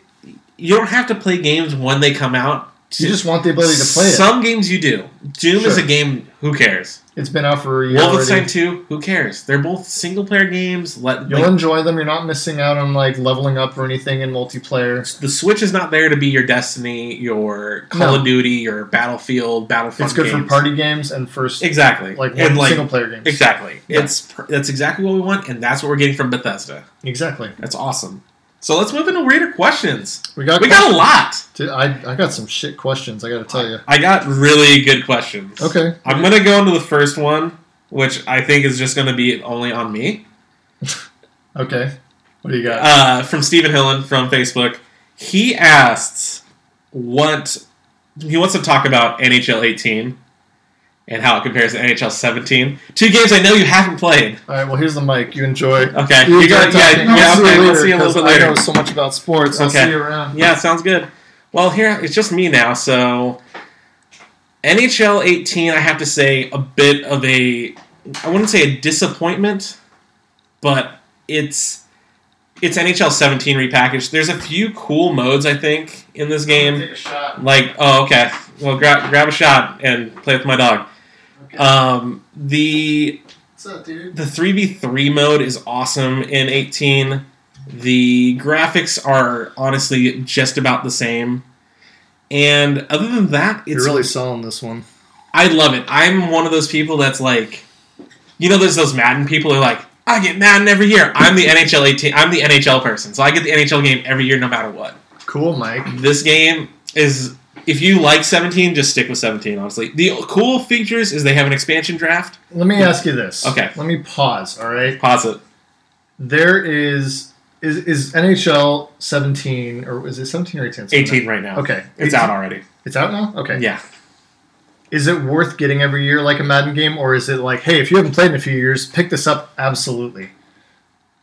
you don't have to play games when they come out. You just want the ability to play it. Some games you do. Doom is Sure. a game. Who cares? It's been out for a year Wolfenstein already. Two. Who cares? They're both single player games. Let You'll like, enjoy them. You're not missing out on like leveling up or anything in multiplayer. the Switch is not there to be your Destiny, your Call No. of Duty, your Battlefield, Battlefront. It's good for games. party games and first Exactly. like, one and like single player games. exactly. Yeah. It's per- that's exactly what we want, and that's what we're getting from Bethesda. Exactly. That's awesome. So let's move into weirder questions. We got. We got a lot. Dude, I I got some shit questions. I got to tell you. I got really good questions. Okay. I'm gonna go into the first one, which I think is just gonna be only on me. Okay. What do you got? Uh, from Stephen Hillen from Facebook, he asks what he wants to talk about NHL 18 and how it compares to NHL 17. Two games I know you haven't played. All right. Well, here's the mic. You enjoy. Okay, You you enjoy got- yeah, talking. yeah, I'll okay, we'll later, see you a little 'cause bit I know later. so much about sports. I'll Okay. see you around. Yeah, sounds good. Well, here it's just me now, so NHL 18, I have to say, a bit of a I wouldn't say a disappointment, but it's it's NHL 17 repackaged. There's a few cool modes I think in this game. Take a shot. Like, oh, okay, well, grab grab a shot and play with my dog. Okay. Um, the What's up, dude? the 3v3 mode is awesome in 18. The graphics are honestly just about the same. And other than that, it's You're really selling this one. I love it. I'm one of those people that's like you know there's those Madden people who are like, I get Madden every year. I'm the NHL 18 I'm the NHL person. So I get the NHL game every year no matter what. Cool, Mike. This game is if you like 17, just stick with 17, honestly. The cool features is they have an expansion draft. Let me ask you this. Okay. Let me pause. All right. Pause it. there is is is NHL 17 or is it 17 or 18? 18 right now. Okay, It's out already. It's out now. Okay. Yeah. Is it worth getting every year like a Madden game, or is it like, hey, if you haven't played in a few years, pick this up? Absolutely.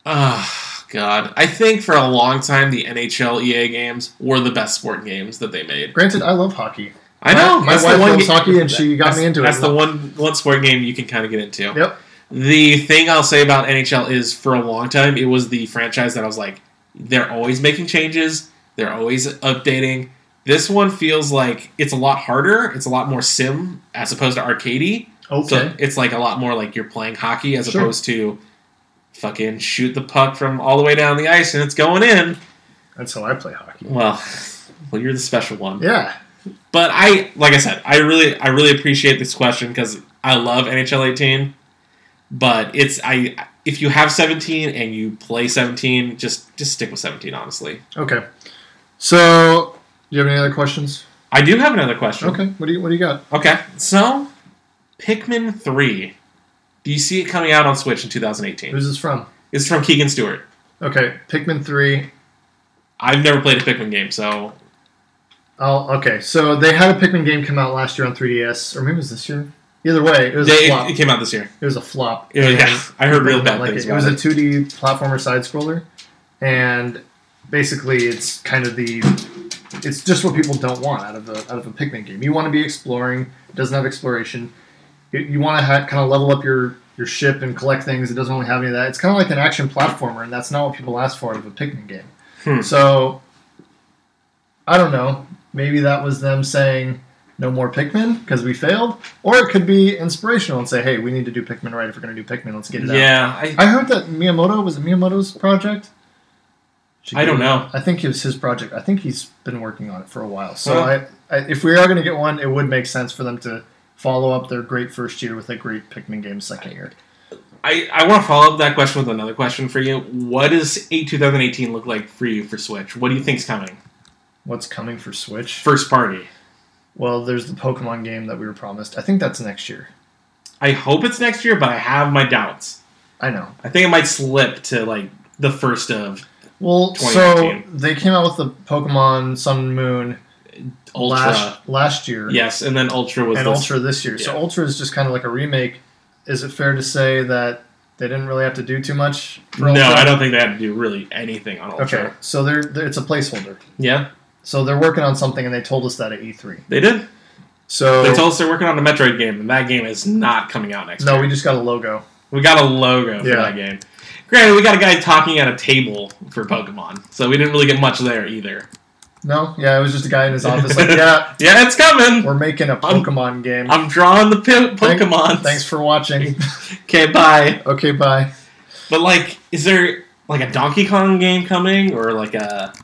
Oh, God. I think for a long time, the NHL EA E games were the best sport games that they made. Granted, I love hockey. I know. My, my that's the wife one loves ga- hockey, and she got that's, me into That's it. the one, one sport game you can kind of get into. Yep. The thing I'll say about NHL is for a long time, it was the franchise that I was like, they're always making changes, they're always updating. This one feels like it's a lot harder, it's a lot more sim as opposed to arcadey. Okay. So it's like a lot more like you're playing hockey as Sure. opposed to fucking shoot the puck from all the way down the ice and it's going in. That's how I play hockey. Well, Well, you're the special one. Yeah. But I, like I said, I really, I really appreciate this question because I love NHL 18. But it's I, if you have 17 and you play 17, just just stick with 17. Honestly, Okay. So, do you have any other questions? I do have another question. Okay. What do you What do you got? Okay. So, Pikmin 3. Do you see it coming out on Switch in 2018? Who's this from? It's from Keegan Stewart. Okay. Pikmin three. I've never played a Pikmin game, so Oh, okay. So they had a Pikmin game come out last year on 3DS, or maybe it was this year. Either way, it was they, a flop. it, came out this year. It was a flop. Yeah, And yeah. I heard people real did bad not like things it. about it was a it. 2D platformer side scroller, and basically, it's kind of the it's just what people don't want out of a out of a Pikmin game. You want to be exploring. It doesn't have exploration. You, you want to ha- kind of level up your your ship and collect things. It doesn't really have any of that. It's kind of like an action platformer, and that's not what people ask for out of a Pikmin game. Hmm. So I don't know. Maybe that was them saying no more Pikmin because we failed, or it could be inspirational and say, "Hey, we need to do Pikmin right. If we're going to do Pikmin, let's get it out." Yeah, I, I heard that Miyamoto was it Miyamoto's project. I don't know. I think it was his project. I think he's been working on it for a while. So Huh. I, I, if we are going to get one, it would make sense for them to follow up their great first year with a great Pikmin game second year. I, I want to follow up that question with another question for you. What does 8 2018 look like for you for Switch? What do you think's coming? What's coming for Switch? First party. Well, there's the Pokemon game that we were promised. I think that's next year. I hope it's next year, but I have my doubts. I know. I think it might slip to like the first of Well, so 2019. they came out with the Pokemon Sun Moon Ultra. last last year, Yes, and then Ultra was and this- Ultra this year. So yeah. Ultra is just kind of like a remake. Is it fair to say that they didn't really have to do too much? For No, Ultra? I don't think they had to do really anything on Ultra. Okay, so they're, they're it's a placeholder. Yeah, So they're working on something, and they told us that at E3. they did. So They told us they're working on a Metroid game, and that game is not coming out next no, year. we just got a logo. We got a logo for Yeah. that game. Granted, we got a guy talking at a table for Pokemon, so we didn't really get much there either. No, yeah, it was just a guy in his office like, yeah, Yeah, it's coming. we're making a Pokemon game. I'm drawing the po- Thank- Pokemon. Thanks for watching. Okay, bye. okay, bye. But like, is there like a Donkey Kong game coming, or like a?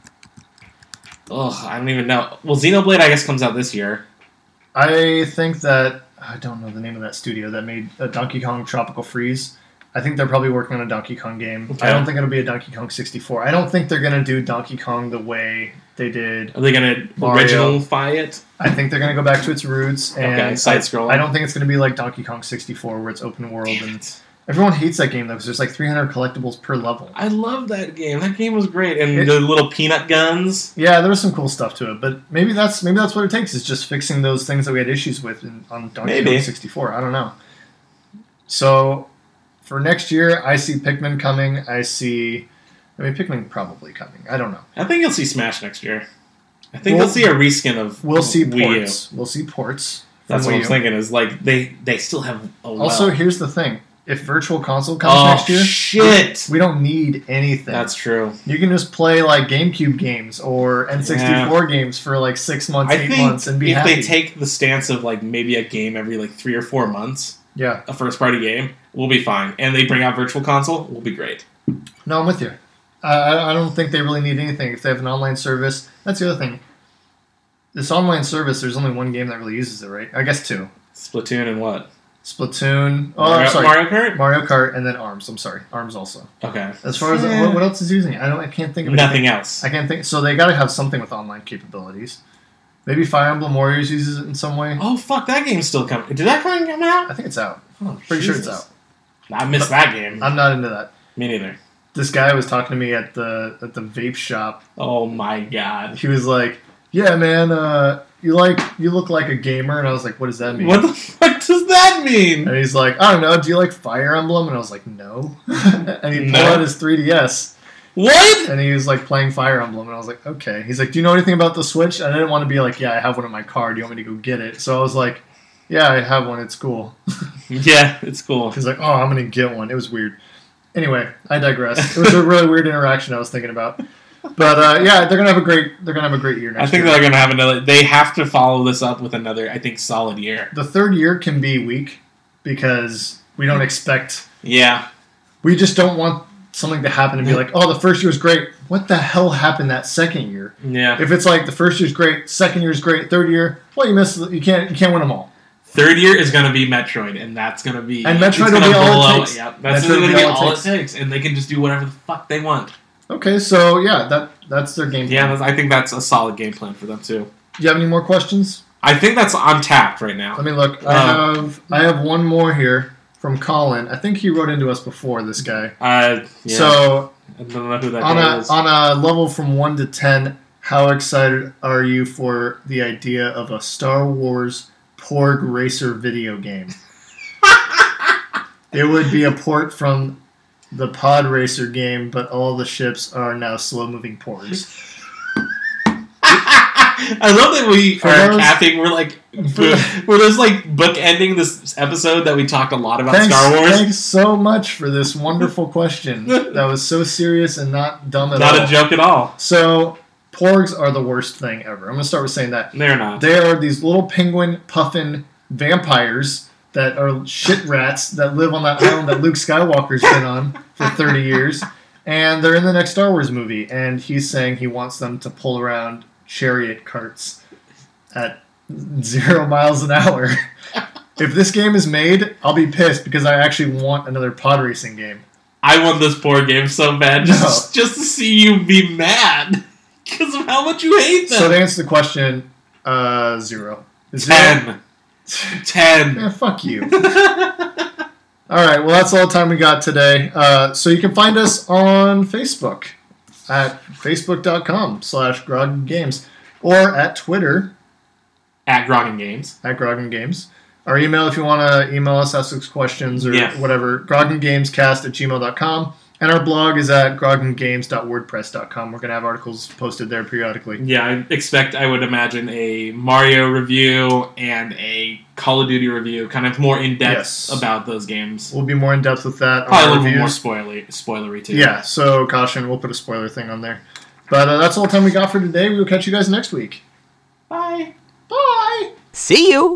Ugh, I don't even know. Well, Xenoblade, I guess, comes out this year. I think that I don't know the name of that studio that made a Donkey Kong Tropical Freeze. I think they're probably working on a Donkey Kong game. Okay. I don't think it'll be a Donkey Kong 64. I don't think they're gonna do Donkey Kong the way they did. Are they gonna Mario. originalify it? I think they're gonna go back to its roots and Okay, side scrolling. I don't think it's gonna be like Donkey Kong 64 where it's open world and everyone hates that game though because there's like 300 collectibles per level. I love that game. That game was great, and It- the little peanut guns. Yeah, there was some cool stuff to it, but maybe that's maybe that's what it takes is just fixing those things that we had issues with in, on Donkey Maybe. Kong 64. I don't know. So for next year, I see Pikmin coming. I see, I mean, Pikmin probably coming. I don't know. I think you'll see Smash next year. I think Well, you'll see a reskin of We'll see Wii U. ports. We'll see ports. from That's what Wii I'm U. thinking. Is like they they still have a Also, well. here's the thing: if Virtual Console comes oh next year, shit. we don't need anything. That's true. you can just play like GameCube games or N64 games for like six months, I eight think months, and be if happy. they take the stance of like maybe a game every like three or four months, yeah. a first party game, we'll be fine. And they bring out Virtual Console, we'll be great. No, I'm with you. I, I- I don't think they really need anything. If they have an online service, that's the other thing. This online service, there's only one game that really uses it, right? I guess two. Splatoon and what? Splatoon. Oh, Mario, I'm sorry. Mario Kart. Mario Kart and then Arms. I'm sorry. Arms also. Okay. As far as Yeah. what, what else is using it, I don't. I can't think of anything. Nothing else. I can't think. So they got to have something with online capabilities. Maybe Fire Emblem Warriors uses it in some way. Oh fuck, that game's still coming. Did that finally come out? I think it's out. Oh, Pretty sure it's Jesus. out. I missed that game. I'm not into that. Me neither. This guy was talking to me at the at the vape shop Oh my god. he was like, "Yeah, man, uh, you like you look like a gamer," and I was like, "What does that mean?" What the fuck does that mean? and he's like, "I don't know. Do you like Fire Emblem?" And I was like, "No." and he pulled No. out his 3ds, What? and he was like playing Fire Emblem, and I was like, "Okay." He's like, "Do you know anything about the Switch?" And I didn't want to be like, "Yeah, I have one in my car. Do you want me to go get it?" So I was like, "Yeah, I have one. It's cool." Yeah, it's cool. He's like, "Oh, I'm gonna get one." It was weird. Anyway, I digress. It was a really weird interaction I was thinking about. But uh, yeah, they're gonna have a great they're gonna have a great year next I think year. they're gonna have another. They have to follow this up with another. I think solid year. the third year can be weak because we don't expect Yeah, we just don't want something to happen and be like, oh, the first year was great. What the hell happened that second year? Yeah. If it's like the first year's great, second year's great, third year, well, you miss, you can't, you can't win them all. Third year is going to be Metroid, and that's going to be And it's Metroid will gonna be all it blow- takes. Yep, that's Metroid going will to be be all it all it takes, and they can just do whatever the fuck they want. Okay, so yeah, that that's their game. Yeah, that's, I think that's a solid game plan for them too. Do you have any more questions? I think that's on tap right now. Let me look. I Uh, have I have one more here from Colin. I think he wrote into us before this guy. Uh, yeah, So I don't know who that on guy a is. on a level from one to ten, how excited are you for the idea of a Star Wars Porg Racer video game? it would be a port from the Pod Racer game, but all the ships are now slow moving porgs. I love that we For are those- capping. We're like, For- we're just like bookending this episode that we talked a lot about Thanks, Star Wars. thanks so much for this wonderful question. that was so serious and not dumb at Not all. a joke at all. So, porgs are the worst thing ever. I'm going to start with saying that. They're not. They are these little penguin puffin vampires that are shit rats that live on that island that Luke Skywalker's been on for 30 years. And they're in the next Star Wars movie. And he's saying he wants them to pull around chariot carts at zero miles an hour. If this game is made, I'll be pissed because I actually want another pod racing game. I want this board game so bad just, just to see you be mad because of how much you hate them. So to answer the question, uh, zero. Zero. Ten. Ten. Yeah, fuck you. all right, well, that's all the time we got today. Uh, so you can find us on Facebook at facebook.com slash Grogan Games or at Twitter At Grogan Games. at Grogan Games. Our email, if you want to email us, ask us questions or Yeah. whatever, groggengamescast at gmail.com. And our blog is at groggengames.wordpress.com. We're going to have articles posted there periodically. Yeah, I expect, I would imagine, a Mario review and a Call of Duty review, kind of more in depth Yes. about those games. We'll be more in depth with that. on Probably a our little bit more reviews. spoilery, spoilery too. Yeah, so caution, we'll put a spoiler thing on there. But uh, that's all the time we got for today. We will catch you guys next week. Bye. Bye! See you!